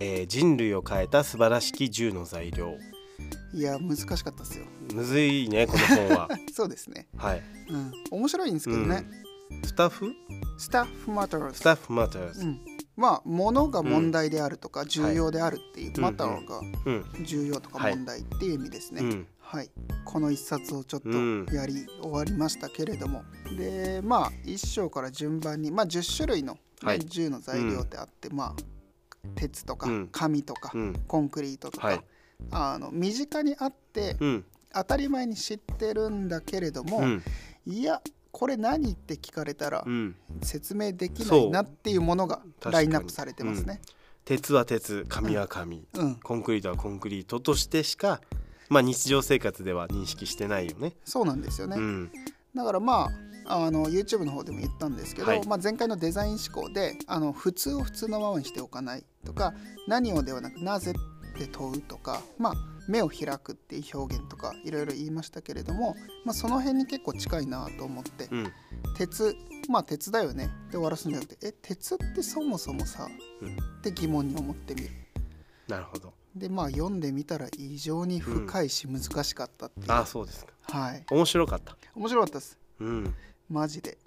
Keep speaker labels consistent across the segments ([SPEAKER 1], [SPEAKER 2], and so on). [SPEAKER 1] えー人類を変えた素晴らしき銃の材料
[SPEAKER 2] いや難しかったですよ
[SPEAKER 1] むずいねこの本は
[SPEAKER 2] そうですね
[SPEAKER 1] はい、
[SPEAKER 2] うん面白いんです
[SPEAKER 1] う
[SPEAKER 2] けどね
[SPEAKER 1] ん、、スタッフ
[SPEAKER 2] スタッフマター
[SPEAKER 1] スタッフマターズ
[SPEAKER 2] うん、まあ物が問題であるとか重要であるっていう、
[SPEAKER 1] はい
[SPEAKER 2] マターが
[SPEAKER 1] うん
[SPEAKER 2] 重要とか問題っていう意味ですね、
[SPEAKER 1] うん
[SPEAKER 2] はい、この一冊をちょっ
[SPEAKER 1] うん
[SPEAKER 2] とやり終わりましたけれども、でまあ1章から順番に、まあ、10種類の、ね
[SPEAKER 1] はい
[SPEAKER 2] 銃の材料ってあって、まあ鉄とか
[SPEAKER 1] うん
[SPEAKER 2] 紙とか、
[SPEAKER 1] うん
[SPEAKER 2] コンクリートとか、
[SPEAKER 1] はい
[SPEAKER 2] あの身近にあって
[SPEAKER 1] うん
[SPEAKER 2] 当たり前に知ってるんだけれども、
[SPEAKER 1] うん
[SPEAKER 2] いやこれ何って聞かれたら
[SPEAKER 1] うん
[SPEAKER 2] 説明できな
[SPEAKER 1] そう
[SPEAKER 2] いなっていうものが
[SPEAKER 1] かに
[SPEAKER 2] ラインナップされてますね。
[SPEAKER 1] 鉄は鉄紙は紙、
[SPEAKER 2] うん、
[SPEAKER 1] コンクリートはコンクリートとしてしかまあ日常生活では認識してないよね
[SPEAKER 2] そうなんですよね、
[SPEAKER 1] うん
[SPEAKER 2] だからまああの YouTube の方でも言ったんですけど、
[SPEAKER 1] はい
[SPEAKER 2] まあ、前回のデザイン思考であの普通を普通のままにしておかないとか何をではなくなぜって問うとか、まあ、目を開くっていう表現とかいろいろ言いましたけれども、まあ、その辺に結構近いなと思って
[SPEAKER 1] うん
[SPEAKER 2] 鉄まあ鉄だよねで終わらすんじゃなくてえ鉄ってそもそもさ
[SPEAKER 1] うん
[SPEAKER 2] って疑問に思ってみる。
[SPEAKER 1] なるほど
[SPEAKER 2] でまあ読んでみたら異常に深いし難しかったっていう、
[SPEAKER 1] ああそうですか
[SPEAKER 2] はい
[SPEAKER 1] 面白かった
[SPEAKER 2] 面白かったです
[SPEAKER 1] うん
[SPEAKER 2] マジで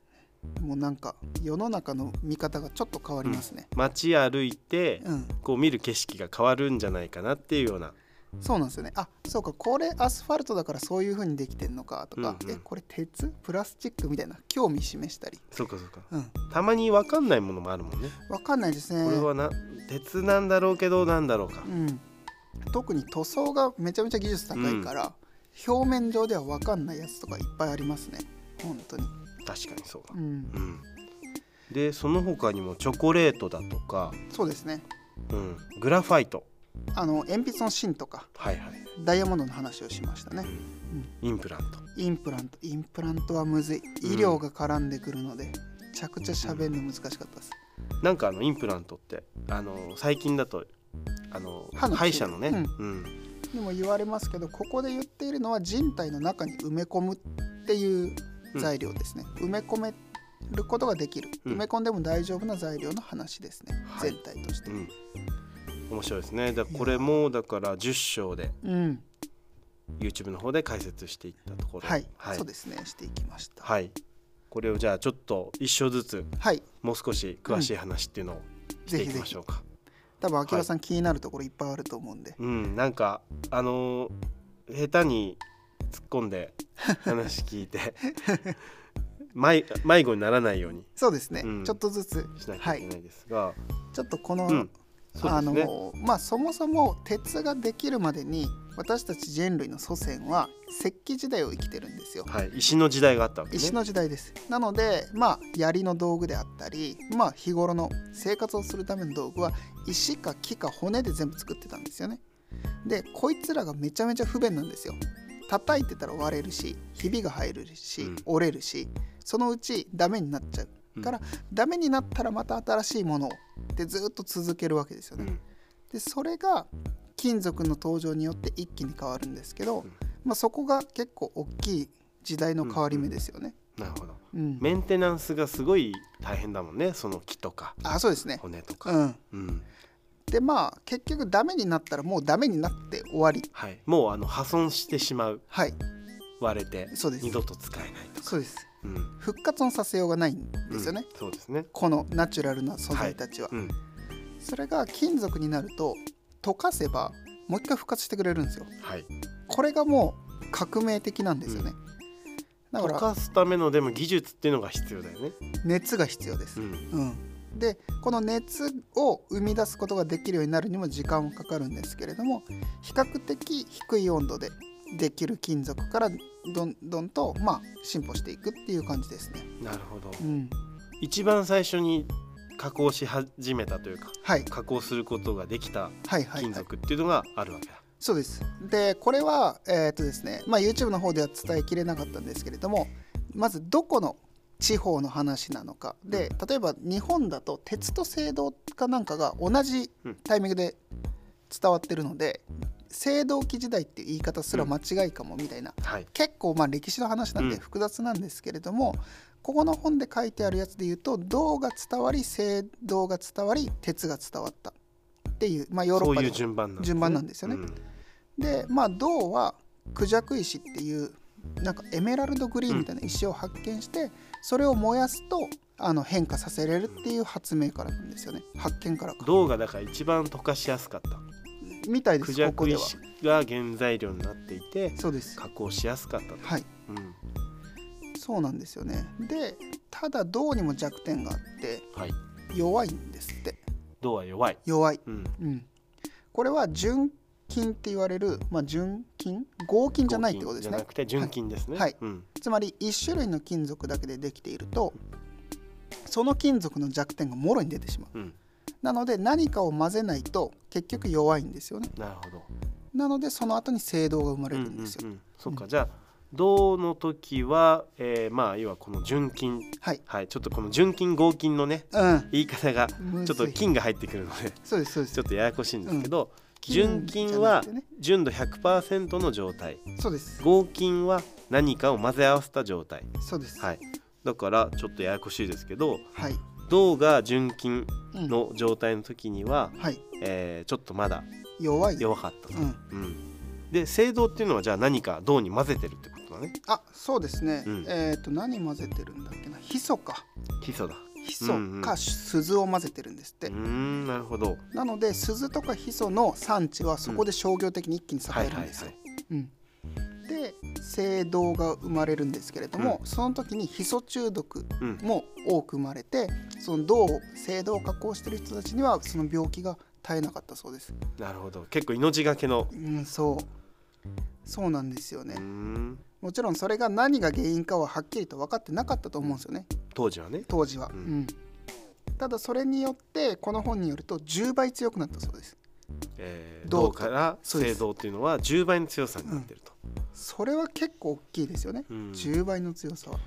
[SPEAKER 2] もうなんか世の中の見方がちょっと変わりますね
[SPEAKER 1] 街歩いて
[SPEAKER 2] うん、
[SPEAKER 1] こう見る景色が変わるんじゃないかなっていうような
[SPEAKER 2] そうなんですよねあそうかこれアスファルトだからそういう風にできてんのかとか、
[SPEAKER 1] うんうん
[SPEAKER 2] えこれ鉄プラスチックみたいな興味示したり
[SPEAKER 1] そうかそうか
[SPEAKER 2] うん
[SPEAKER 1] たまに分かんないものもあるもんね
[SPEAKER 2] わかんないですね
[SPEAKER 1] これはな鉄なんだろうけどなんだろうか
[SPEAKER 2] うん、特に塗装がめちゃめちゃ技術高いから、表面上ではわかんないやつとかいっぱいありますね本当に
[SPEAKER 1] 確かにそうだ
[SPEAKER 2] うん
[SPEAKER 1] うんでその他にもチョコレートだとか、
[SPEAKER 2] そうですね
[SPEAKER 1] うん、グラファイト
[SPEAKER 2] あの鉛筆の芯とか
[SPEAKER 1] はいはい、
[SPEAKER 2] ダイヤモンドの話をしましたね
[SPEAKER 1] インプラント
[SPEAKER 2] インプラントインプラントはむずい医療が絡んでくるので、めちゃくちゃ喋るの難しかったです、
[SPEAKER 1] なんかあのインプラントってあの最近だとあの
[SPEAKER 2] 歯の薬
[SPEAKER 1] 歯医者のね、
[SPEAKER 2] うん
[SPEAKER 1] うん
[SPEAKER 2] でも言われますけどここで言っているのは人体の中に埋め込むっていう材料ですね、埋め込めることができる、
[SPEAKER 1] うん
[SPEAKER 2] 埋め込んでも大丈夫な材料の話ですね、
[SPEAKER 1] はい
[SPEAKER 2] 全体として、
[SPEAKER 1] うん面白いですねだからこれもだから10章で
[SPEAKER 2] うん、
[SPEAKER 1] YouTube の方で解説していったところ
[SPEAKER 2] はい、
[SPEAKER 1] はい
[SPEAKER 2] そうですねしていきましたはい、
[SPEAKER 1] はいこれをじゃあちょっと一章ずつもう少し詳しい話っていうのをして
[SPEAKER 2] ぜ
[SPEAKER 1] い
[SPEAKER 2] ひ
[SPEAKER 1] き
[SPEAKER 2] ぜ
[SPEAKER 1] まし
[SPEAKER 2] ひ
[SPEAKER 1] ょうか、
[SPEAKER 2] 多分秋葉さん気になるところいっぱいあると思うんで、
[SPEAKER 1] うんなんかあのー下手に突っ込んで話聞い て迷迷子にならないように
[SPEAKER 2] そうですね、
[SPEAKER 1] うん
[SPEAKER 2] ちょっとずつ
[SPEAKER 1] しなきゃいけないですが、
[SPEAKER 2] ちょっとこの、
[SPEAKER 1] うんそうで
[SPEAKER 2] あ
[SPEAKER 1] す
[SPEAKER 2] の
[SPEAKER 1] ね
[SPEAKER 2] まあそもそも鉄ができるまでに私たち人類の祖先は石器時代を生きてるんですよ。
[SPEAKER 1] はい、石の時代があったわけね
[SPEAKER 2] 石の時代ですなのでまあ槍の道具であったりまあ日頃の生活をするための道具は石か木か骨で全部作ってたんですよねでこいつらがめちゃめちゃ不便なんですよ叩いてたら割れるしひびが入るし、
[SPEAKER 1] うん
[SPEAKER 2] 折れるしそのうちダメになっちゃうから、ダメになったらまた新しいものをでずっと続けるわけですよ
[SPEAKER 1] う
[SPEAKER 2] ね、
[SPEAKER 1] ん
[SPEAKER 2] でそれが金属の登場によって一気に変わるんですけど、
[SPEAKER 1] ん
[SPEAKER 2] まあ、そこが結構大きい時代の変わり目ですよね。
[SPEAKER 1] なるほど
[SPEAKER 2] うん
[SPEAKER 1] メンテナンスがすごい大変だもんねその木とか
[SPEAKER 2] あそうですね、
[SPEAKER 1] 骨とか、
[SPEAKER 2] うん、
[SPEAKER 1] うん
[SPEAKER 2] でまあ結局ダメになったらもうダメになって終わり
[SPEAKER 1] はい、もうあの破損してしまう
[SPEAKER 2] はい
[SPEAKER 1] 割れて
[SPEAKER 2] そうです
[SPEAKER 1] 二度と使えないとか、
[SPEAKER 2] そうです
[SPEAKER 1] うん
[SPEAKER 2] 復活のさせようがないんですよね、
[SPEAKER 1] うんそうですね、
[SPEAKER 2] このナチュラルな素材たちは、
[SPEAKER 1] うん、
[SPEAKER 2] それが金属になると溶かせばもう一回復活してくれるんですよ
[SPEAKER 1] はい
[SPEAKER 2] これがもう革命的なんですよね、だか
[SPEAKER 1] 溶
[SPEAKER 2] ら
[SPEAKER 1] かすためのでも技術っていうのが必要だよね、
[SPEAKER 2] 熱が必要です
[SPEAKER 1] う、ん
[SPEAKER 2] うん、でこの熱を生み出すことができるようになるにも時間はかかるんですけれども比較的低い温度でできる金属からどんどんと、まあ、進歩していくっていう感じですね。
[SPEAKER 1] なるほど、
[SPEAKER 2] うん、
[SPEAKER 1] 一番最初に加工し始めたというか
[SPEAKER 2] はい
[SPEAKER 1] 加工することができた
[SPEAKER 2] はいはい、
[SPEAKER 1] 金
[SPEAKER 2] はい、
[SPEAKER 1] 属っていうのがあるわけだ、
[SPEAKER 2] そうです。でこれは、えーっとですねまあ、YouTube の方では伝えきれなかったんですけれどもまずどこの地方の話なのかで例えば日本だと鉄と青銅かなんかが同じタイミングで伝わってるので青銅器時代っていう言い方すら間違いかもみたいな、
[SPEAKER 1] はい
[SPEAKER 2] 結構まあ歴史の話なん
[SPEAKER 1] う
[SPEAKER 2] で
[SPEAKER 1] ん
[SPEAKER 2] 複雑なんですけれども、ここの本で書いてあるやつで言うと銅が伝わり青銅が伝わり鉄が伝わったっっていう、まあ、ヨーロ
[SPEAKER 1] そ
[SPEAKER 2] ッ
[SPEAKER 1] う
[SPEAKER 2] パ
[SPEAKER 1] い
[SPEAKER 2] で
[SPEAKER 1] う
[SPEAKER 2] は
[SPEAKER 1] 順番なんですね
[SPEAKER 2] 順番なんですよね
[SPEAKER 1] うん
[SPEAKER 2] でまあ銅はクジャク石っていうなんかエメラルドグリーンみたいな石を発見して、それを燃やすとあの変化させれるっていう発明からなんですよね発見からか
[SPEAKER 1] 銅がだから一番溶かしやすかった
[SPEAKER 2] みたいで
[SPEAKER 1] ク
[SPEAKER 2] す
[SPEAKER 1] ジャ
[SPEAKER 2] ここ
[SPEAKER 1] ク
[SPEAKER 2] では
[SPEAKER 1] 石が原材料になっていて
[SPEAKER 2] そうです
[SPEAKER 1] 加工しやすかったと、
[SPEAKER 2] はい
[SPEAKER 1] うん
[SPEAKER 2] そうなんですよねでただ銅にも弱点があって
[SPEAKER 1] はい、
[SPEAKER 2] 弱いんですって
[SPEAKER 1] 銅は弱い、
[SPEAKER 2] 弱い
[SPEAKER 1] うん、
[SPEAKER 2] うんこれは純金って言われるまあ純金合金じゃないってことです
[SPEAKER 1] 合金じゃ
[SPEAKER 2] ね
[SPEAKER 1] なくて純金ですね
[SPEAKER 2] はい
[SPEAKER 1] うん
[SPEAKER 2] つまり1種類の金属だけでできているとその金属の弱点がもろに出てしまう
[SPEAKER 1] うん、
[SPEAKER 2] なので何かを混ぜないと結局弱いんですよね
[SPEAKER 1] なるほど
[SPEAKER 2] なのでその後に青銅が生まれるんですよ、
[SPEAKER 1] うんうんうん、そっか、じゃあ銅の時は、えー、まあ要はこの純金
[SPEAKER 2] はい
[SPEAKER 1] はいちょっとこの純金合金のね
[SPEAKER 2] うん
[SPEAKER 1] 言い方が
[SPEAKER 2] む
[SPEAKER 1] ち
[SPEAKER 2] ず
[SPEAKER 1] ょ
[SPEAKER 2] い
[SPEAKER 1] っと金が入ってくるので
[SPEAKER 2] そうですそうで
[SPEAKER 1] ちょ
[SPEAKER 2] す
[SPEAKER 1] っとややこしいんですけど、
[SPEAKER 2] うん
[SPEAKER 1] 純金は
[SPEAKER 2] 金じゃなくて
[SPEAKER 1] 純度100%の状態
[SPEAKER 2] そうです
[SPEAKER 1] 合金は何かを混ぜ合わせた状態
[SPEAKER 2] そうです
[SPEAKER 1] はいだからちょっとややこしいですけど
[SPEAKER 2] はい、
[SPEAKER 1] 銅が純金
[SPEAKER 2] うん
[SPEAKER 1] の状態の時には、
[SPEAKER 2] はい
[SPEAKER 1] えーちょっとまだ
[SPEAKER 2] 弱い
[SPEAKER 1] 弱かったと、
[SPEAKER 2] うん
[SPEAKER 1] うんで青銅っていうのはじゃあ何か銅に混ぜてるってことだね
[SPEAKER 2] あそうですね、
[SPEAKER 1] うん
[SPEAKER 2] えっ、と何混ぜてるんだっけなヒ素か
[SPEAKER 1] 基礎だ
[SPEAKER 2] ヒ
[SPEAKER 1] うんう
[SPEAKER 2] 素
[SPEAKER 1] ん
[SPEAKER 2] か鈴を混ぜてるんですって、
[SPEAKER 1] うーんなるほど
[SPEAKER 2] なので鈴とかヒ素の産地はそこで商業的に一気に
[SPEAKER 1] は
[SPEAKER 2] 栄
[SPEAKER 1] い
[SPEAKER 2] える
[SPEAKER 1] は
[SPEAKER 2] ん
[SPEAKER 1] い
[SPEAKER 2] です
[SPEAKER 1] は
[SPEAKER 2] よ
[SPEAKER 1] い。
[SPEAKER 2] うんで青銅が生まれるんですけれども、その時にヒ素中毒
[SPEAKER 1] うん
[SPEAKER 2] も多く生まれてその銅を青銅を加工してる人たちにはその病気が絶えなかったそうです。
[SPEAKER 1] なるほど結構命がけの
[SPEAKER 2] うん、そうそうなんですよ
[SPEAKER 1] う
[SPEAKER 2] ね
[SPEAKER 1] ー、ん
[SPEAKER 2] もちろんそれが何が原因かははっきりと分かってなかったと思うんですよね
[SPEAKER 1] 当時はね
[SPEAKER 2] 当時は、
[SPEAKER 1] うん
[SPEAKER 2] うんただそれによってこの本によると10倍強くなったそうです
[SPEAKER 1] えー
[SPEAKER 2] 銅
[SPEAKER 1] 銅
[SPEAKER 2] と
[SPEAKER 1] から
[SPEAKER 2] そうで
[SPEAKER 1] 青
[SPEAKER 2] す
[SPEAKER 1] 銅っていうのは10倍の強さになってると、
[SPEAKER 2] それは結構大きいですよね、
[SPEAKER 1] うん
[SPEAKER 2] 10倍の強さは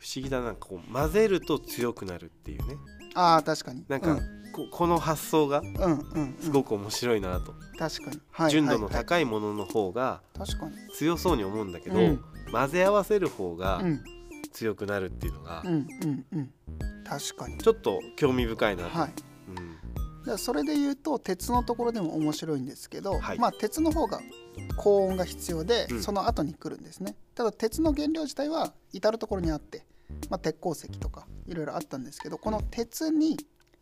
[SPEAKER 1] 不思議だなこう混ぜると強くなるっていうね
[SPEAKER 2] あー確かに
[SPEAKER 1] なんか、ここの発想が
[SPEAKER 2] うん、うんうん
[SPEAKER 1] すごく面白いなと、
[SPEAKER 2] 確かに、はい
[SPEAKER 1] 純度の
[SPEAKER 2] はい
[SPEAKER 1] 高いものの方が
[SPEAKER 2] はい確かに
[SPEAKER 1] 強そうに思うんだけど、
[SPEAKER 2] うん
[SPEAKER 1] 混ぜ合わせる方が
[SPEAKER 2] うん
[SPEAKER 1] 強くなるっていうのが、
[SPEAKER 2] うんうんうん確かに
[SPEAKER 1] ちょっと興味深いなと、
[SPEAKER 2] はい
[SPEAKER 1] うん
[SPEAKER 2] じゃあそれで言うと鉄のところでも面白いんですけど、
[SPEAKER 1] はい
[SPEAKER 2] まあ鉄の方が高温が必要で、
[SPEAKER 1] うん
[SPEAKER 2] その後に来るんですねただ鉄の原料自体は至る所にあって、まあ、鉄鉱石とかいろいろあったんですけどこの鉄に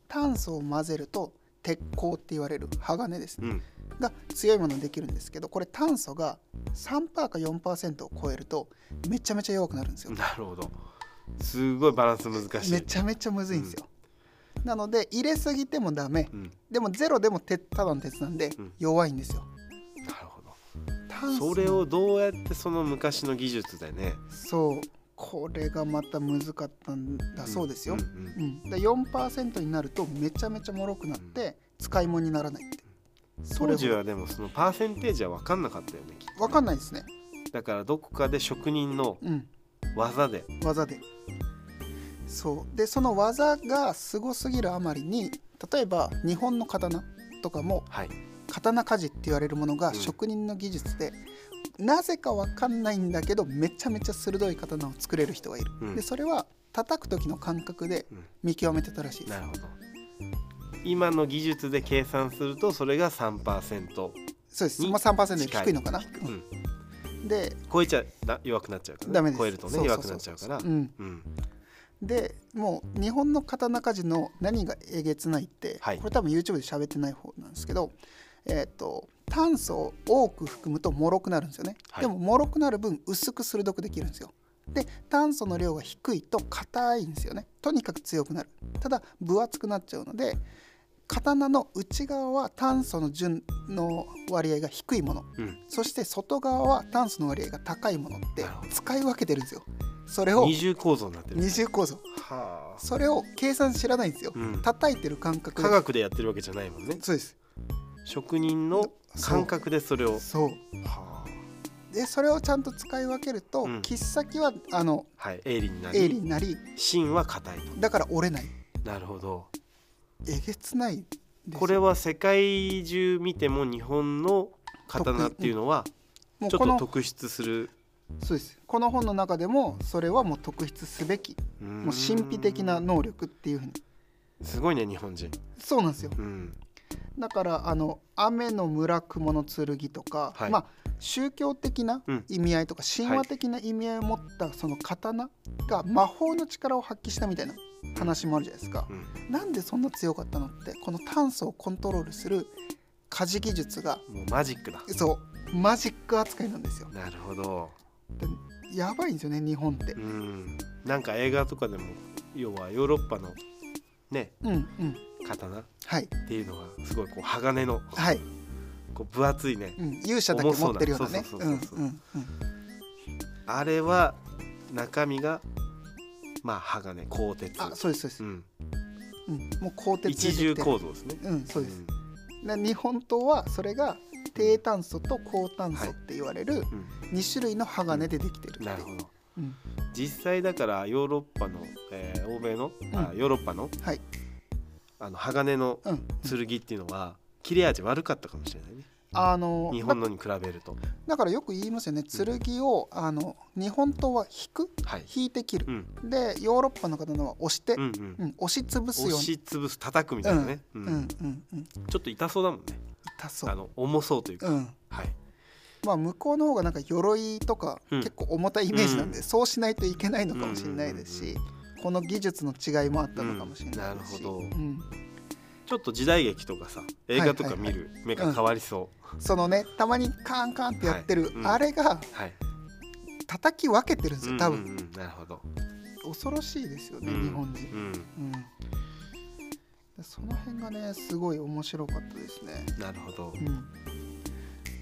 [SPEAKER 2] 炭素を混ぜると鉄鋼って言われる鋼ですね
[SPEAKER 1] うん
[SPEAKER 2] が強いものできるんですけどこれ炭素が3%か4%を超えるとめちゃめちゃ弱くなるんですよ
[SPEAKER 1] なるほどすごいバランス難しい
[SPEAKER 2] めちゃめちゃむずいんですよ、なので入れすぎてもダメ
[SPEAKER 1] うん、
[SPEAKER 2] でもゼロでも鉄ただの鉄なんで
[SPEAKER 1] うん
[SPEAKER 2] 弱いんですよ、
[SPEAKER 1] なるほど
[SPEAKER 2] 炭
[SPEAKER 1] そ
[SPEAKER 2] 素
[SPEAKER 1] れをどうやってその昔の技術でね
[SPEAKER 2] そうこれがまた難かったんだそうですよ
[SPEAKER 1] ん、んうん
[SPEAKER 2] うんで4%になるとめちゃめちゃ脆くなって使い物にならないってそれ
[SPEAKER 1] 当時
[SPEAKER 2] は
[SPEAKER 1] はでもそのパーセンテージは分かんなかったよねきっとね
[SPEAKER 2] 分かんないですね
[SPEAKER 1] だからどこかで職人の
[SPEAKER 2] うん
[SPEAKER 1] 技で
[SPEAKER 2] 技でそうでその技がすごすぎるあまりに例えば日本の刀とかも
[SPEAKER 1] はい
[SPEAKER 2] 刀鍛冶って言われるものが
[SPEAKER 1] うん
[SPEAKER 2] 職人の技術で、なぜかわかんないんだけどめちゃめちゃ鋭い刀を作れる人がいる、
[SPEAKER 1] うん
[SPEAKER 2] でそれは叩く時の感覚で
[SPEAKER 1] うん
[SPEAKER 2] 見極めてたらしいです
[SPEAKER 1] なるほど今の技術で計算するとそれが3%
[SPEAKER 2] そうです、
[SPEAKER 1] に
[SPEAKER 2] まあ、3%より
[SPEAKER 1] 近い
[SPEAKER 2] 低いのかな、
[SPEAKER 1] う
[SPEAKER 2] うん
[SPEAKER 1] ん
[SPEAKER 2] で
[SPEAKER 1] 超えちゃだ弱くなっちゃうから、ね、
[SPEAKER 2] ダメです
[SPEAKER 1] 超えるとね
[SPEAKER 2] そうそう
[SPEAKER 1] 弱
[SPEAKER 2] そ
[SPEAKER 1] く
[SPEAKER 2] う
[SPEAKER 1] なっちゃうから
[SPEAKER 2] うん
[SPEAKER 1] うん
[SPEAKER 2] でもう日本の刀鍛冶の何がえげつないって、
[SPEAKER 1] はい
[SPEAKER 2] これ多分 YouTube で喋ってない方なんですけど、えー、と炭素を多く含むと脆くなるんですよね、
[SPEAKER 1] はい
[SPEAKER 2] でも脆くなる分薄く鋭くできるんですよで炭素の量が低いと硬いんですよねとにかく強くなるただ分厚くなっちゃうので刀の内側は炭素の純の割合が低いもの
[SPEAKER 1] うん
[SPEAKER 2] そして外側は炭素の割合が高いものって
[SPEAKER 1] なるほど
[SPEAKER 2] 使い分けてるんですよそれを
[SPEAKER 1] 二重構造になってる
[SPEAKER 2] 二重構造
[SPEAKER 1] はあ
[SPEAKER 2] それを計算知らないんですよ、
[SPEAKER 1] うん
[SPEAKER 2] 叩いてる感覚で
[SPEAKER 1] 科学でやってるわけじゃないもんね
[SPEAKER 2] そうです
[SPEAKER 1] 職人の感覚でそれを
[SPEAKER 2] そう
[SPEAKER 1] はあ
[SPEAKER 2] でそれをちゃんと使い分けると、
[SPEAKER 1] うん
[SPEAKER 2] 切っ先はあの
[SPEAKER 1] はい、鋭利にな
[SPEAKER 2] 鋭利
[SPEAKER 1] り
[SPEAKER 2] になり
[SPEAKER 1] 芯は硬い
[SPEAKER 2] だから折れない
[SPEAKER 1] となるほど
[SPEAKER 2] えげつないですよ
[SPEAKER 1] これは世界中見ても日本の刀っていうのは
[SPEAKER 2] もう
[SPEAKER 1] ちょっ
[SPEAKER 2] ことの
[SPEAKER 1] 特筆する
[SPEAKER 2] そうですこの本の中でもそれはもう特筆すべきも
[SPEAKER 1] も
[SPEAKER 2] う神秘的な能力っていうふうに
[SPEAKER 1] すごいね日本人
[SPEAKER 2] そうなんですよ
[SPEAKER 1] うん
[SPEAKER 2] だからあの「雨の村雲の剣」とか、
[SPEAKER 1] はい
[SPEAKER 2] まあ、宗教的な
[SPEAKER 1] うん
[SPEAKER 2] 意味合いとか神話的な意味合いを持ったその刀が魔法の力を発揮したみたいな話もあるじゃないですか。
[SPEAKER 1] うん
[SPEAKER 2] なんでそんな強かったのってこの炭素をコントロールする家事技術が
[SPEAKER 1] もうマジックだ
[SPEAKER 2] そうマジック扱いなんですよ。
[SPEAKER 1] なるほど
[SPEAKER 2] でやばいんですよね日本って
[SPEAKER 1] う。んなんか映画とかでも要はヨーロッパのね
[SPEAKER 2] うんうん
[SPEAKER 1] 刀っ
[SPEAKER 2] はい
[SPEAKER 1] ていうのはすごいこう鋼の
[SPEAKER 2] はい、
[SPEAKER 1] こう分厚いね
[SPEAKER 2] うん、勇者だけ持ってるようなね。
[SPEAKER 1] 重そううんなそうそ
[SPEAKER 2] うん
[SPEAKER 1] うそうそう
[SPEAKER 2] うん
[SPEAKER 1] あれは中身がまあ鋼鋼鉄
[SPEAKER 2] あそうですそうです
[SPEAKER 1] う。ん、
[SPEAKER 2] うん、もう鋼鉄で
[SPEAKER 1] 一
[SPEAKER 2] できてる
[SPEAKER 1] 重構造ですね
[SPEAKER 2] うんそうです、
[SPEAKER 1] ん
[SPEAKER 2] で日本刀はそれが低炭素と高炭
[SPEAKER 1] は
[SPEAKER 2] 素
[SPEAKER 1] い
[SPEAKER 2] って言われる
[SPEAKER 1] うん
[SPEAKER 2] 2種類の鋼でできてるっていう
[SPEAKER 1] なるほど
[SPEAKER 2] うん
[SPEAKER 1] 実際だからヨーロッパの、えー欧米の、あ
[SPEAKER 2] うん
[SPEAKER 1] ヨーロッパの,、
[SPEAKER 2] はい
[SPEAKER 1] あの鋼の
[SPEAKER 2] うんうん
[SPEAKER 1] 剣っていうのは切れ味悪かったかもしれないね
[SPEAKER 2] あの
[SPEAKER 1] 日
[SPEAKER 2] だ
[SPEAKER 1] 本のに比べると
[SPEAKER 2] だからよく言いますよね剣をあの日本刀は引く
[SPEAKER 1] はい、
[SPEAKER 2] 引いて切る
[SPEAKER 1] うん、
[SPEAKER 2] でヨーロッパの方のは押して、
[SPEAKER 1] う
[SPEAKER 2] うんん
[SPEAKER 1] うん
[SPEAKER 2] 押し潰すよ
[SPEAKER 1] 押
[SPEAKER 2] うに
[SPEAKER 1] し潰す叩くみたいなね、うん
[SPEAKER 2] うんうんうん
[SPEAKER 1] ちょっと痛そうだもんね
[SPEAKER 2] 痛そ
[SPEAKER 1] あ
[SPEAKER 2] う
[SPEAKER 1] の重そうというか、
[SPEAKER 2] うん
[SPEAKER 1] はい
[SPEAKER 2] まあ向こうの方がなんか鎧とか
[SPEAKER 1] うん
[SPEAKER 2] 結構重たいイメージなんで、そうしないといけないのかもしれないです
[SPEAKER 1] うんう
[SPEAKER 2] し、この技術の違いもあったのかもしれないです
[SPEAKER 1] う
[SPEAKER 2] し、
[SPEAKER 1] んなるほど
[SPEAKER 2] うん
[SPEAKER 1] ちょっと時代劇とかさ映画とか見る目が変わりそ
[SPEAKER 2] そのねたまにカンカンってやってる、
[SPEAKER 1] はいうん
[SPEAKER 2] あれが
[SPEAKER 1] う、はい
[SPEAKER 2] 叩き分けてるんですよ多分、
[SPEAKER 1] うんうんうんなるほど、
[SPEAKER 2] 恐ろしいですよね、
[SPEAKER 1] うん
[SPEAKER 2] 日本人、
[SPEAKER 1] うん、
[SPEAKER 2] うんでその辺がねすごい面白かったですね、
[SPEAKER 1] なるほど
[SPEAKER 2] う、ん、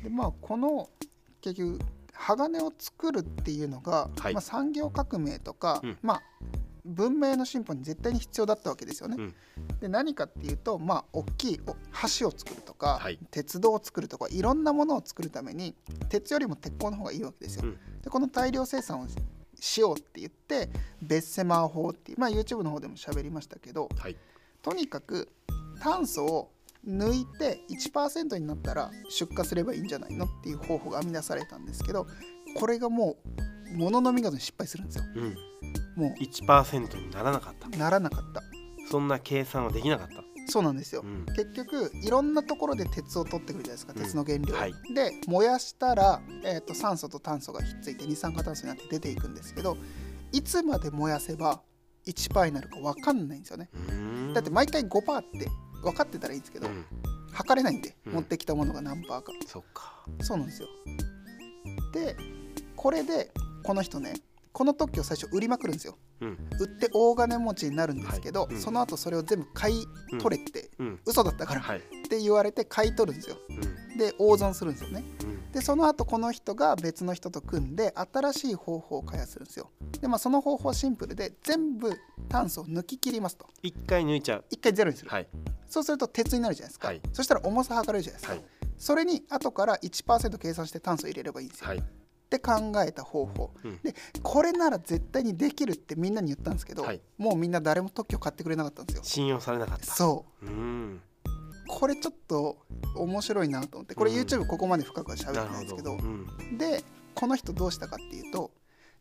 [SPEAKER 2] でまあこの結局鋼を作るっていうのが、
[SPEAKER 1] はい
[SPEAKER 2] まあ、産業革命とか、
[SPEAKER 1] うん
[SPEAKER 2] まあ文明の進歩に絶対に必要だったわけですよね。
[SPEAKER 1] うん
[SPEAKER 2] で何かっていうとまあ大きいお橋を作るとか、
[SPEAKER 1] はい
[SPEAKER 2] 鉄道を作るとかいろんなものを作るために鉄よりも鉄鋼の方がいいわけですよ。
[SPEAKER 1] うん
[SPEAKER 2] でこの大量生産をししようって言ってベッセマー法っていう、まあ、YouTube の方でも喋りましたけど
[SPEAKER 1] はい
[SPEAKER 2] とにかく炭素を抜いて1%になったら出荷すればいいんじゃないのっていう方法が編み出されたんですけどこれがもうものの見事に失敗するんですよ
[SPEAKER 1] うん、
[SPEAKER 2] も
[SPEAKER 1] 1%にならなかった
[SPEAKER 2] うならなかった
[SPEAKER 1] そんな計算はできなかった、
[SPEAKER 2] そうなんですよ、
[SPEAKER 1] うん、
[SPEAKER 2] 結局いろんなところで鉄を取ってくるじゃないですか
[SPEAKER 1] うん
[SPEAKER 2] 鉄の原料、
[SPEAKER 1] はい
[SPEAKER 2] で燃やしたら、えー、と酸素と炭素がひっついて二酸化炭素になって出ていくんですけどいつまで燃やせば1%になるか分かんないんですよね
[SPEAKER 1] うーん
[SPEAKER 2] だって毎回5%って分かってたらいいんですけど、
[SPEAKER 1] うん、
[SPEAKER 2] 測れないんで、
[SPEAKER 1] うん
[SPEAKER 2] 持ってきたものが何パーか
[SPEAKER 1] そっか
[SPEAKER 2] そうなんですよでこれでこの人ねこの特許を最初売りまくるんですよ
[SPEAKER 1] うん
[SPEAKER 2] 売って大金持ちになるんですけど、
[SPEAKER 1] はいうん
[SPEAKER 2] その後それを全部買い
[SPEAKER 1] うん
[SPEAKER 2] 取れって、
[SPEAKER 1] うん
[SPEAKER 2] 嘘だったから
[SPEAKER 1] はい
[SPEAKER 2] って言われて買い取るんですよ
[SPEAKER 1] うん
[SPEAKER 2] で大損するんですよね
[SPEAKER 1] うん
[SPEAKER 2] でその後この人が別の人と組んで新しい方法を開発するんですよでまあその方法はシンプルで全部炭素を抜き切りますと
[SPEAKER 1] 一回抜いちゃう
[SPEAKER 2] 一回ゼロにする、
[SPEAKER 1] はい
[SPEAKER 2] そうすると鉄になるじゃないですか、
[SPEAKER 1] はい
[SPEAKER 2] そしたら重さ測れるじゃないですか、
[SPEAKER 1] はい
[SPEAKER 2] それに後から1%計算して炭素を入れればいいんですよ、
[SPEAKER 1] はい
[SPEAKER 2] って考えた方法、
[SPEAKER 1] うん
[SPEAKER 2] でこれなら絶対にできるってみんなに言ったんですけど、
[SPEAKER 1] はい
[SPEAKER 2] もうみんな誰も特許買ってくれなかったんですよ
[SPEAKER 1] 信用されなかった
[SPEAKER 2] そう
[SPEAKER 1] うーん
[SPEAKER 2] これちょっと面白いなと思ってこれ
[SPEAKER 1] うん
[SPEAKER 2] YouTube ここまで深くは喋って
[SPEAKER 1] なる
[SPEAKER 2] ないん
[SPEAKER 1] ほ
[SPEAKER 2] です
[SPEAKER 1] ど
[SPEAKER 2] けど
[SPEAKER 1] う、ん
[SPEAKER 2] でこの人どうしたかっていうと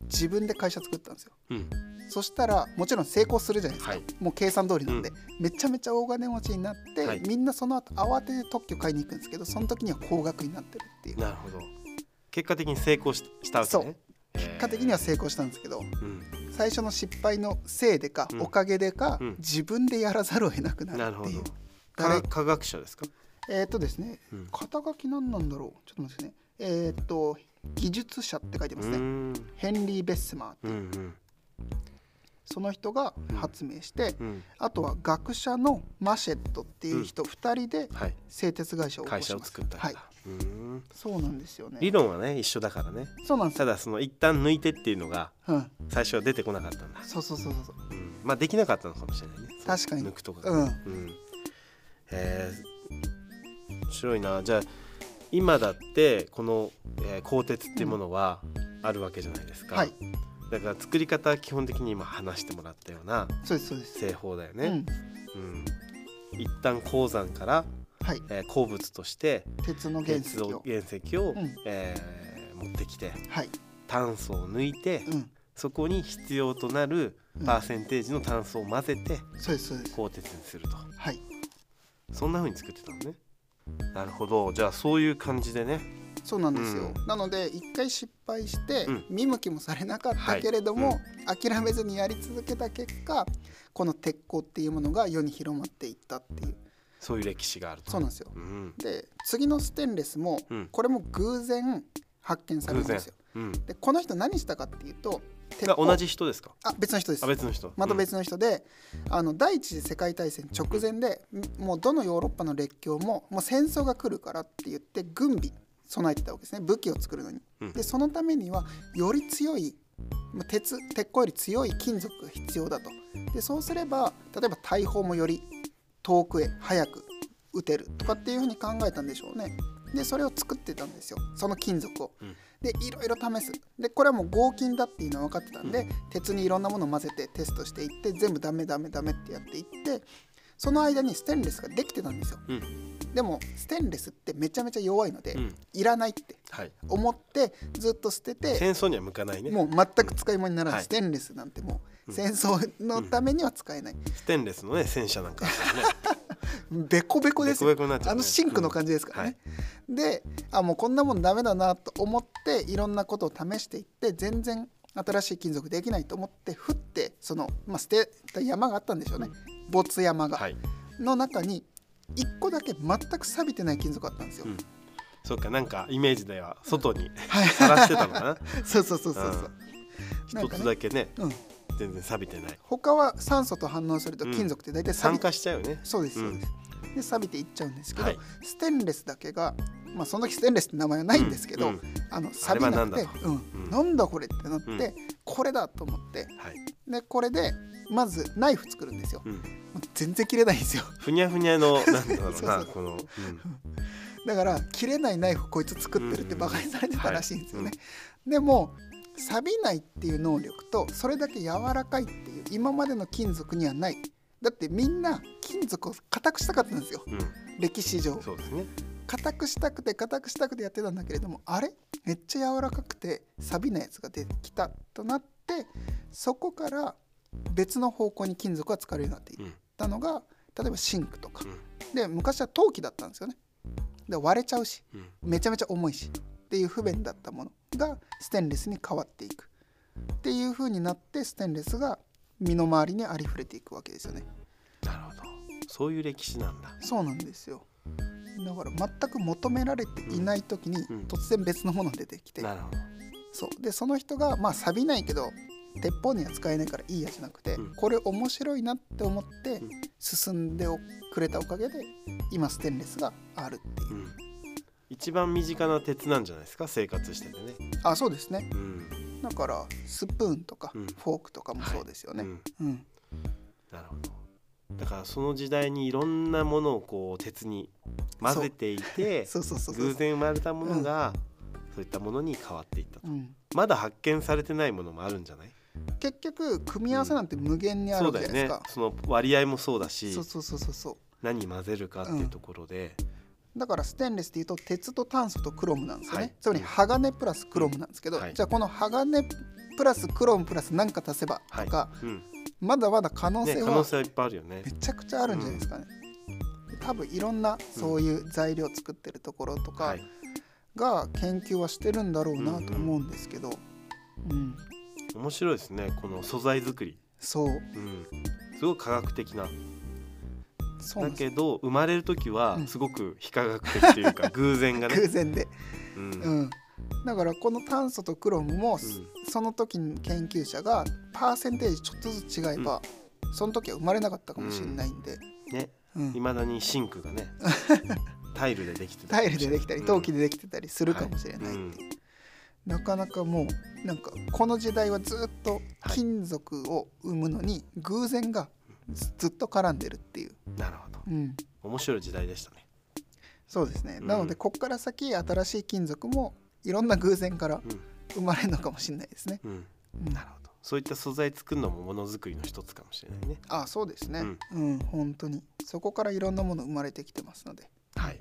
[SPEAKER 2] 自分で会社作ったんですよ
[SPEAKER 1] うん
[SPEAKER 2] そしたらもちろん成功するじゃないですか、
[SPEAKER 1] はい
[SPEAKER 2] もう計算通りなんで、めちゃめちゃ大金持ちになって、
[SPEAKER 1] はい
[SPEAKER 2] みんなその後慌てて特許買いに行くんですけどその時には高額になってるっていう
[SPEAKER 1] なるほど結果的に成功ししたわけね結
[SPEAKER 2] 結果的には成功したんですけど
[SPEAKER 1] うん
[SPEAKER 2] 最初の失敗のせいでか、
[SPEAKER 1] うん
[SPEAKER 2] おかげでか、
[SPEAKER 1] うん
[SPEAKER 2] 自分でやらざるを得なくな
[SPEAKER 1] な
[SPEAKER 2] る
[SPEAKER 1] る
[SPEAKER 2] っ
[SPEAKER 1] ほ
[SPEAKER 2] ていう
[SPEAKER 1] ど
[SPEAKER 2] 誰
[SPEAKER 1] 科科学者ですか
[SPEAKER 2] えーっとですね
[SPEAKER 1] うん
[SPEAKER 2] 肩書き何なんだろうちょっと待ってくださいねえーっと技術者って書いて
[SPEAKER 1] う
[SPEAKER 2] ますね、
[SPEAKER 1] ーん
[SPEAKER 2] ヘンリー・ベッセマ
[SPEAKER 1] う
[SPEAKER 2] ー
[SPEAKER 1] んうん
[SPEAKER 2] その人が発明して、
[SPEAKER 1] うん
[SPEAKER 2] あとは学者のマシェットっていう人2人で
[SPEAKER 1] はい
[SPEAKER 2] 製鉄会社を起こしま
[SPEAKER 1] 会
[SPEAKER 2] す
[SPEAKER 1] 社を作ったんだ
[SPEAKER 2] はい、
[SPEAKER 1] うーん
[SPEAKER 2] そうなんですよ
[SPEAKER 1] 理
[SPEAKER 2] ね
[SPEAKER 1] 論はね一緒だからね
[SPEAKER 2] そうなんです
[SPEAKER 1] た
[SPEAKER 2] よ、
[SPEAKER 1] だその一旦抜いてっていうのが
[SPEAKER 2] うん、
[SPEAKER 1] 最初は出てこなかったんだ
[SPEAKER 2] そうそうそうそうそう
[SPEAKER 1] うんまあできなかったのかもしれないね
[SPEAKER 2] 確かに
[SPEAKER 1] 抜くとかがねうんえー面白いなじゃあ今だってこの、えー鋼鉄っていうものはあるわけじゃないですか、
[SPEAKER 2] はい
[SPEAKER 1] だから作り方は基本的に今話してもらったような
[SPEAKER 2] そうですそうです
[SPEAKER 1] 製法だよ
[SPEAKER 2] う
[SPEAKER 1] ね、
[SPEAKER 2] ん
[SPEAKER 1] うん一旦鉱山から、
[SPEAKER 2] はい、
[SPEAKER 1] えー鉱物として
[SPEAKER 2] 鉄の原石
[SPEAKER 1] 鉄
[SPEAKER 2] を
[SPEAKER 1] を原石を、
[SPEAKER 2] うん
[SPEAKER 1] えー持ってきて
[SPEAKER 2] はい、
[SPEAKER 1] 炭素を抜いて、
[SPEAKER 2] うん、
[SPEAKER 1] そこに必要となる
[SPEAKER 2] うん
[SPEAKER 1] パーセンテージの炭素を混ぜて
[SPEAKER 2] そうですそうです
[SPEAKER 1] 鋼鉄にすると、
[SPEAKER 2] はい
[SPEAKER 1] そんな風に作ってたのねなるほどじゃあそういう感じでね
[SPEAKER 2] そうなんですよ、
[SPEAKER 1] う
[SPEAKER 2] なので一回失敗して
[SPEAKER 1] うん
[SPEAKER 2] 見向きもされなかったけれども、諦めずにやり続けた結果この鉄鋼っていうものが世に広まっていったっていう
[SPEAKER 1] そういう歴史があると
[SPEAKER 2] そうなんですよ
[SPEAKER 1] うん
[SPEAKER 2] で次のステンレスも、
[SPEAKER 1] うん
[SPEAKER 2] これも偶然発見され
[SPEAKER 1] 偶
[SPEAKER 2] るんで
[SPEAKER 1] 然
[SPEAKER 2] すよ
[SPEAKER 1] うん
[SPEAKER 2] でこの人何したかっていうと鉄
[SPEAKER 1] が
[SPEAKER 2] 鋼
[SPEAKER 1] 同じ人ですか
[SPEAKER 2] あ別の人です
[SPEAKER 1] あ別の人
[SPEAKER 2] また別の人で、あの第一次世界大戦直前で、もうどのヨーロッパの列強ももう戦争が来るからって言って軍備備えてたわけですね武器を作るのに。
[SPEAKER 1] うん
[SPEAKER 2] でそのためにはより強いまあ鉄鉄鋼より強い金属が必要だと。でそうすれば例えば大砲もより遠くへ早く撃てるとかっていうふうに考えたんでしょうね。でそれを作ってたんですよその金属を。
[SPEAKER 1] うん
[SPEAKER 2] でいろいろ試すでこれはもう合金だっていうのは分かってたんで、鉄にいろんなものを混ぜてテストしていって全部ダメダメダメってやっていってその間にステンレスができてたんですよ
[SPEAKER 1] うん
[SPEAKER 2] でもステンレスってめちゃめちゃ弱いので、
[SPEAKER 1] うん
[SPEAKER 2] いらないって
[SPEAKER 1] はい
[SPEAKER 2] 思ってずっと捨てて
[SPEAKER 1] 戦争には向かないね
[SPEAKER 2] もう全く使い物にならない、
[SPEAKER 1] はい
[SPEAKER 2] ステンレスなんても
[SPEAKER 1] う
[SPEAKER 2] う
[SPEAKER 1] ん
[SPEAKER 2] 戦争のためには使えない、
[SPEAKER 1] ステンレスのね戦車なんかあったらね
[SPEAKER 2] ベコベコですよ
[SPEAKER 1] ベコベコになっちゃうね
[SPEAKER 2] あのシンクの感じですからね、であもうこんなもんダメだなと思っていろんなことを試していって全然新しい金属できないと思って降ってその、まあ、捨てた山があったんでしょうね没山が、
[SPEAKER 1] はい
[SPEAKER 2] の中に1個だけ全く錆びてない金属があったんですよ、
[SPEAKER 1] うんそうかなんかイメージでは外に
[SPEAKER 2] はい
[SPEAKER 1] さらしてた のかな
[SPEAKER 2] そうそうそうそうそうなん
[SPEAKER 1] 一
[SPEAKER 2] かね
[SPEAKER 1] つだけね
[SPEAKER 2] うん、
[SPEAKER 1] 全然錆びてない
[SPEAKER 2] 他は酸素と反応すると金属って大体錆
[SPEAKER 1] 酸
[SPEAKER 2] びて、
[SPEAKER 1] 化しちゃうよね
[SPEAKER 2] そうです
[SPEAKER 1] う
[SPEAKER 2] そ
[SPEAKER 1] ん
[SPEAKER 2] うです、で錆びていっちゃうんですけど、
[SPEAKER 1] はい
[SPEAKER 2] ステンレスだけがまあその時ステンレスって名前はないんですけど、
[SPEAKER 1] うんうん
[SPEAKER 2] あの錆びなくて
[SPEAKER 1] あれは
[SPEAKER 2] うん
[SPEAKER 1] うん
[SPEAKER 2] なんだこれってなって、
[SPEAKER 1] うん
[SPEAKER 2] これだと思って
[SPEAKER 1] はい
[SPEAKER 2] でこれでまずナイフ作るんですよ、
[SPEAKER 1] うん
[SPEAKER 2] もう全然切れないんですよ
[SPEAKER 1] ふにゃふにゃのなんだろ
[SPEAKER 2] そううそ
[SPEAKER 1] な
[SPEAKER 2] う
[SPEAKER 1] このうん
[SPEAKER 2] だから切れないナイフこいつ作ってるって
[SPEAKER 1] うん
[SPEAKER 2] バカにされてたらしいんですよね、
[SPEAKER 1] はい
[SPEAKER 2] でも錆びないっていう能力とそれだけ柔らかいっていう今までの金属にはないだってみんな金属を硬くしたかったんですよ
[SPEAKER 1] う
[SPEAKER 2] 歴史上
[SPEAKER 1] んそうですね
[SPEAKER 2] 硬くしたくて硬くしたくてやってたんだけれどもあれめっちゃ柔らかくて錆びないやつができたとなってそこから別の方向に金属が使われるようになっていったのが、例えばシンクとか、で昔は陶器だったんですよねで割れちゃうし
[SPEAKER 1] うん
[SPEAKER 2] めちゃめちゃ重いしっていう不便だったものがステンレスに変わっていくっていう風になってステンレスが身の回りにありふれていくわけですよね
[SPEAKER 1] なるほどそういう歴史なんだ
[SPEAKER 2] そうなんですよだから全く求められていない時に
[SPEAKER 1] うん
[SPEAKER 2] 突然別のものが出てきて、
[SPEAKER 1] なるほど
[SPEAKER 2] そうでその人がまあ錆びないけど鉄砲には使えないからいいやじゃなくて、
[SPEAKER 1] うん
[SPEAKER 2] これ面白いなって思って
[SPEAKER 1] うん
[SPEAKER 2] 進んでおくれたおかげで今ステンレスがあるっていうう、
[SPEAKER 1] ん一番身近な鉄なんじゃないですか生活しててね
[SPEAKER 2] あそうですね
[SPEAKER 1] うん
[SPEAKER 2] だからスプーンとか
[SPEAKER 1] うん
[SPEAKER 2] フォークとかもそうですよ
[SPEAKER 1] う
[SPEAKER 2] ね、
[SPEAKER 1] ん
[SPEAKER 2] うん
[SPEAKER 1] なるほどだからその時代にいろんなものをこう鉄に混ぜていて
[SPEAKER 2] そうそうそうそう
[SPEAKER 1] 偶然生まれたものがそういったものに変わっていったと
[SPEAKER 2] うん、
[SPEAKER 1] まだ発見されてないものもあるんじゃない
[SPEAKER 2] 結局組み合わせなんて無限にあ
[SPEAKER 1] そ
[SPEAKER 2] る
[SPEAKER 1] う
[SPEAKER 2] じゃ
[SPEAKER 1] だ
[SPEAKER 2] な
[SPEAKER 1] よ
[SPEAKER 2] いです
[SPEAKER 1] ね
[SPEAKER 2] か、
[SPEAKER 1] その割合もそうだし
[SPEAKER 2] そうそうそうそうそう
[SPEAKER 1] 何混ぜるかっていうところで
[SPEAKER 2] だからステンレスっていうと鉄と炭素とクロムなんですよね、
[SPEAKER 1] はい
[SPEAKER 2] つまり鋼プラスクロムなんですけど、
[SPEAKER 1] うんはい
[SPEAKER 2] じゃあこの鋼プラスクロムプラス何か足せばとか、
[SPEAKER 1] うん
[SPEAKER 2] まだまだ可能
[SPEAKER 1] ね
[SPEAKER 2] 性
[SPEAKER 1] 可
[SPEAKER 2] は
[SPEAKER 1] 能性はいっぱいあるよね
[SPEAKER 2] めちゃくちゃあるんじゃないですかね、多分いろんなそういう材料作ってるところと
[SPEAKER 1] は
[SPEAKER 2] か
[SPEAKER 1] い
[SPEAKER 2] が研究はしてるんだろうなと思うんですけど、うん、
[SPEAKER 1] 面白いですねこの素材作り
[SPEAKER 2] そう
[SPEAKER 1] うんすごく科学的な
[SPEAKER 2] そうな
[SPEAKER 1] だ
[SPEAKER 2] んです
[SPEAKER 1] けど生まれる時は
[SPEAKER 2] うん
[SPEAKER 1] すごく非科学的という か偶然が
[SPEAKER 2] 偶
[SPEAKER 1] ね
[SPEAKER 2] 然で、
[SPEAKER 1] うんう
[SPEAKER 2] うんん、だからこの炭素とクロムも、その時に研究者がパーセンテージちょっとずつ違えば、その時は生まれなかったかもしれないんで、
[SPEAKER 1] ね
[SPEAKER 2] うん
[SPEAKER 1] いまだにシンクが ねタイルでできて
[SPEAKER 2] タイルでできたり陶器
[SPEAKER 1] で
[SPEAKER 2] でできてたりするかもしれないっていう、なかなかもうなんかこの時代はずっと金属を生むのに偶然がずっと絡んでるっていう、
[SPEAKER 1] なるほど
[SPEAKER 2] うん、
[SPEAKER 1] 面白い時代でしたね
[SPEAKER 2] そうですね、
[SPEAKER 1] うん
[SPEAKER 2] なのでこっから先新しい金属もいろんな偶然から生まれるのかもしれないですね、
[SPEAKER 1] うんうん
[SPEAKER 2] うん
[SPEAKER 1] なるほどそういった素材作るのもものづくりの一つかもしれないね
[SPEAKER 2] あそうですねうん、本当にそこからいろんなもの生まれてきてますので
[SPEAKER 1] はい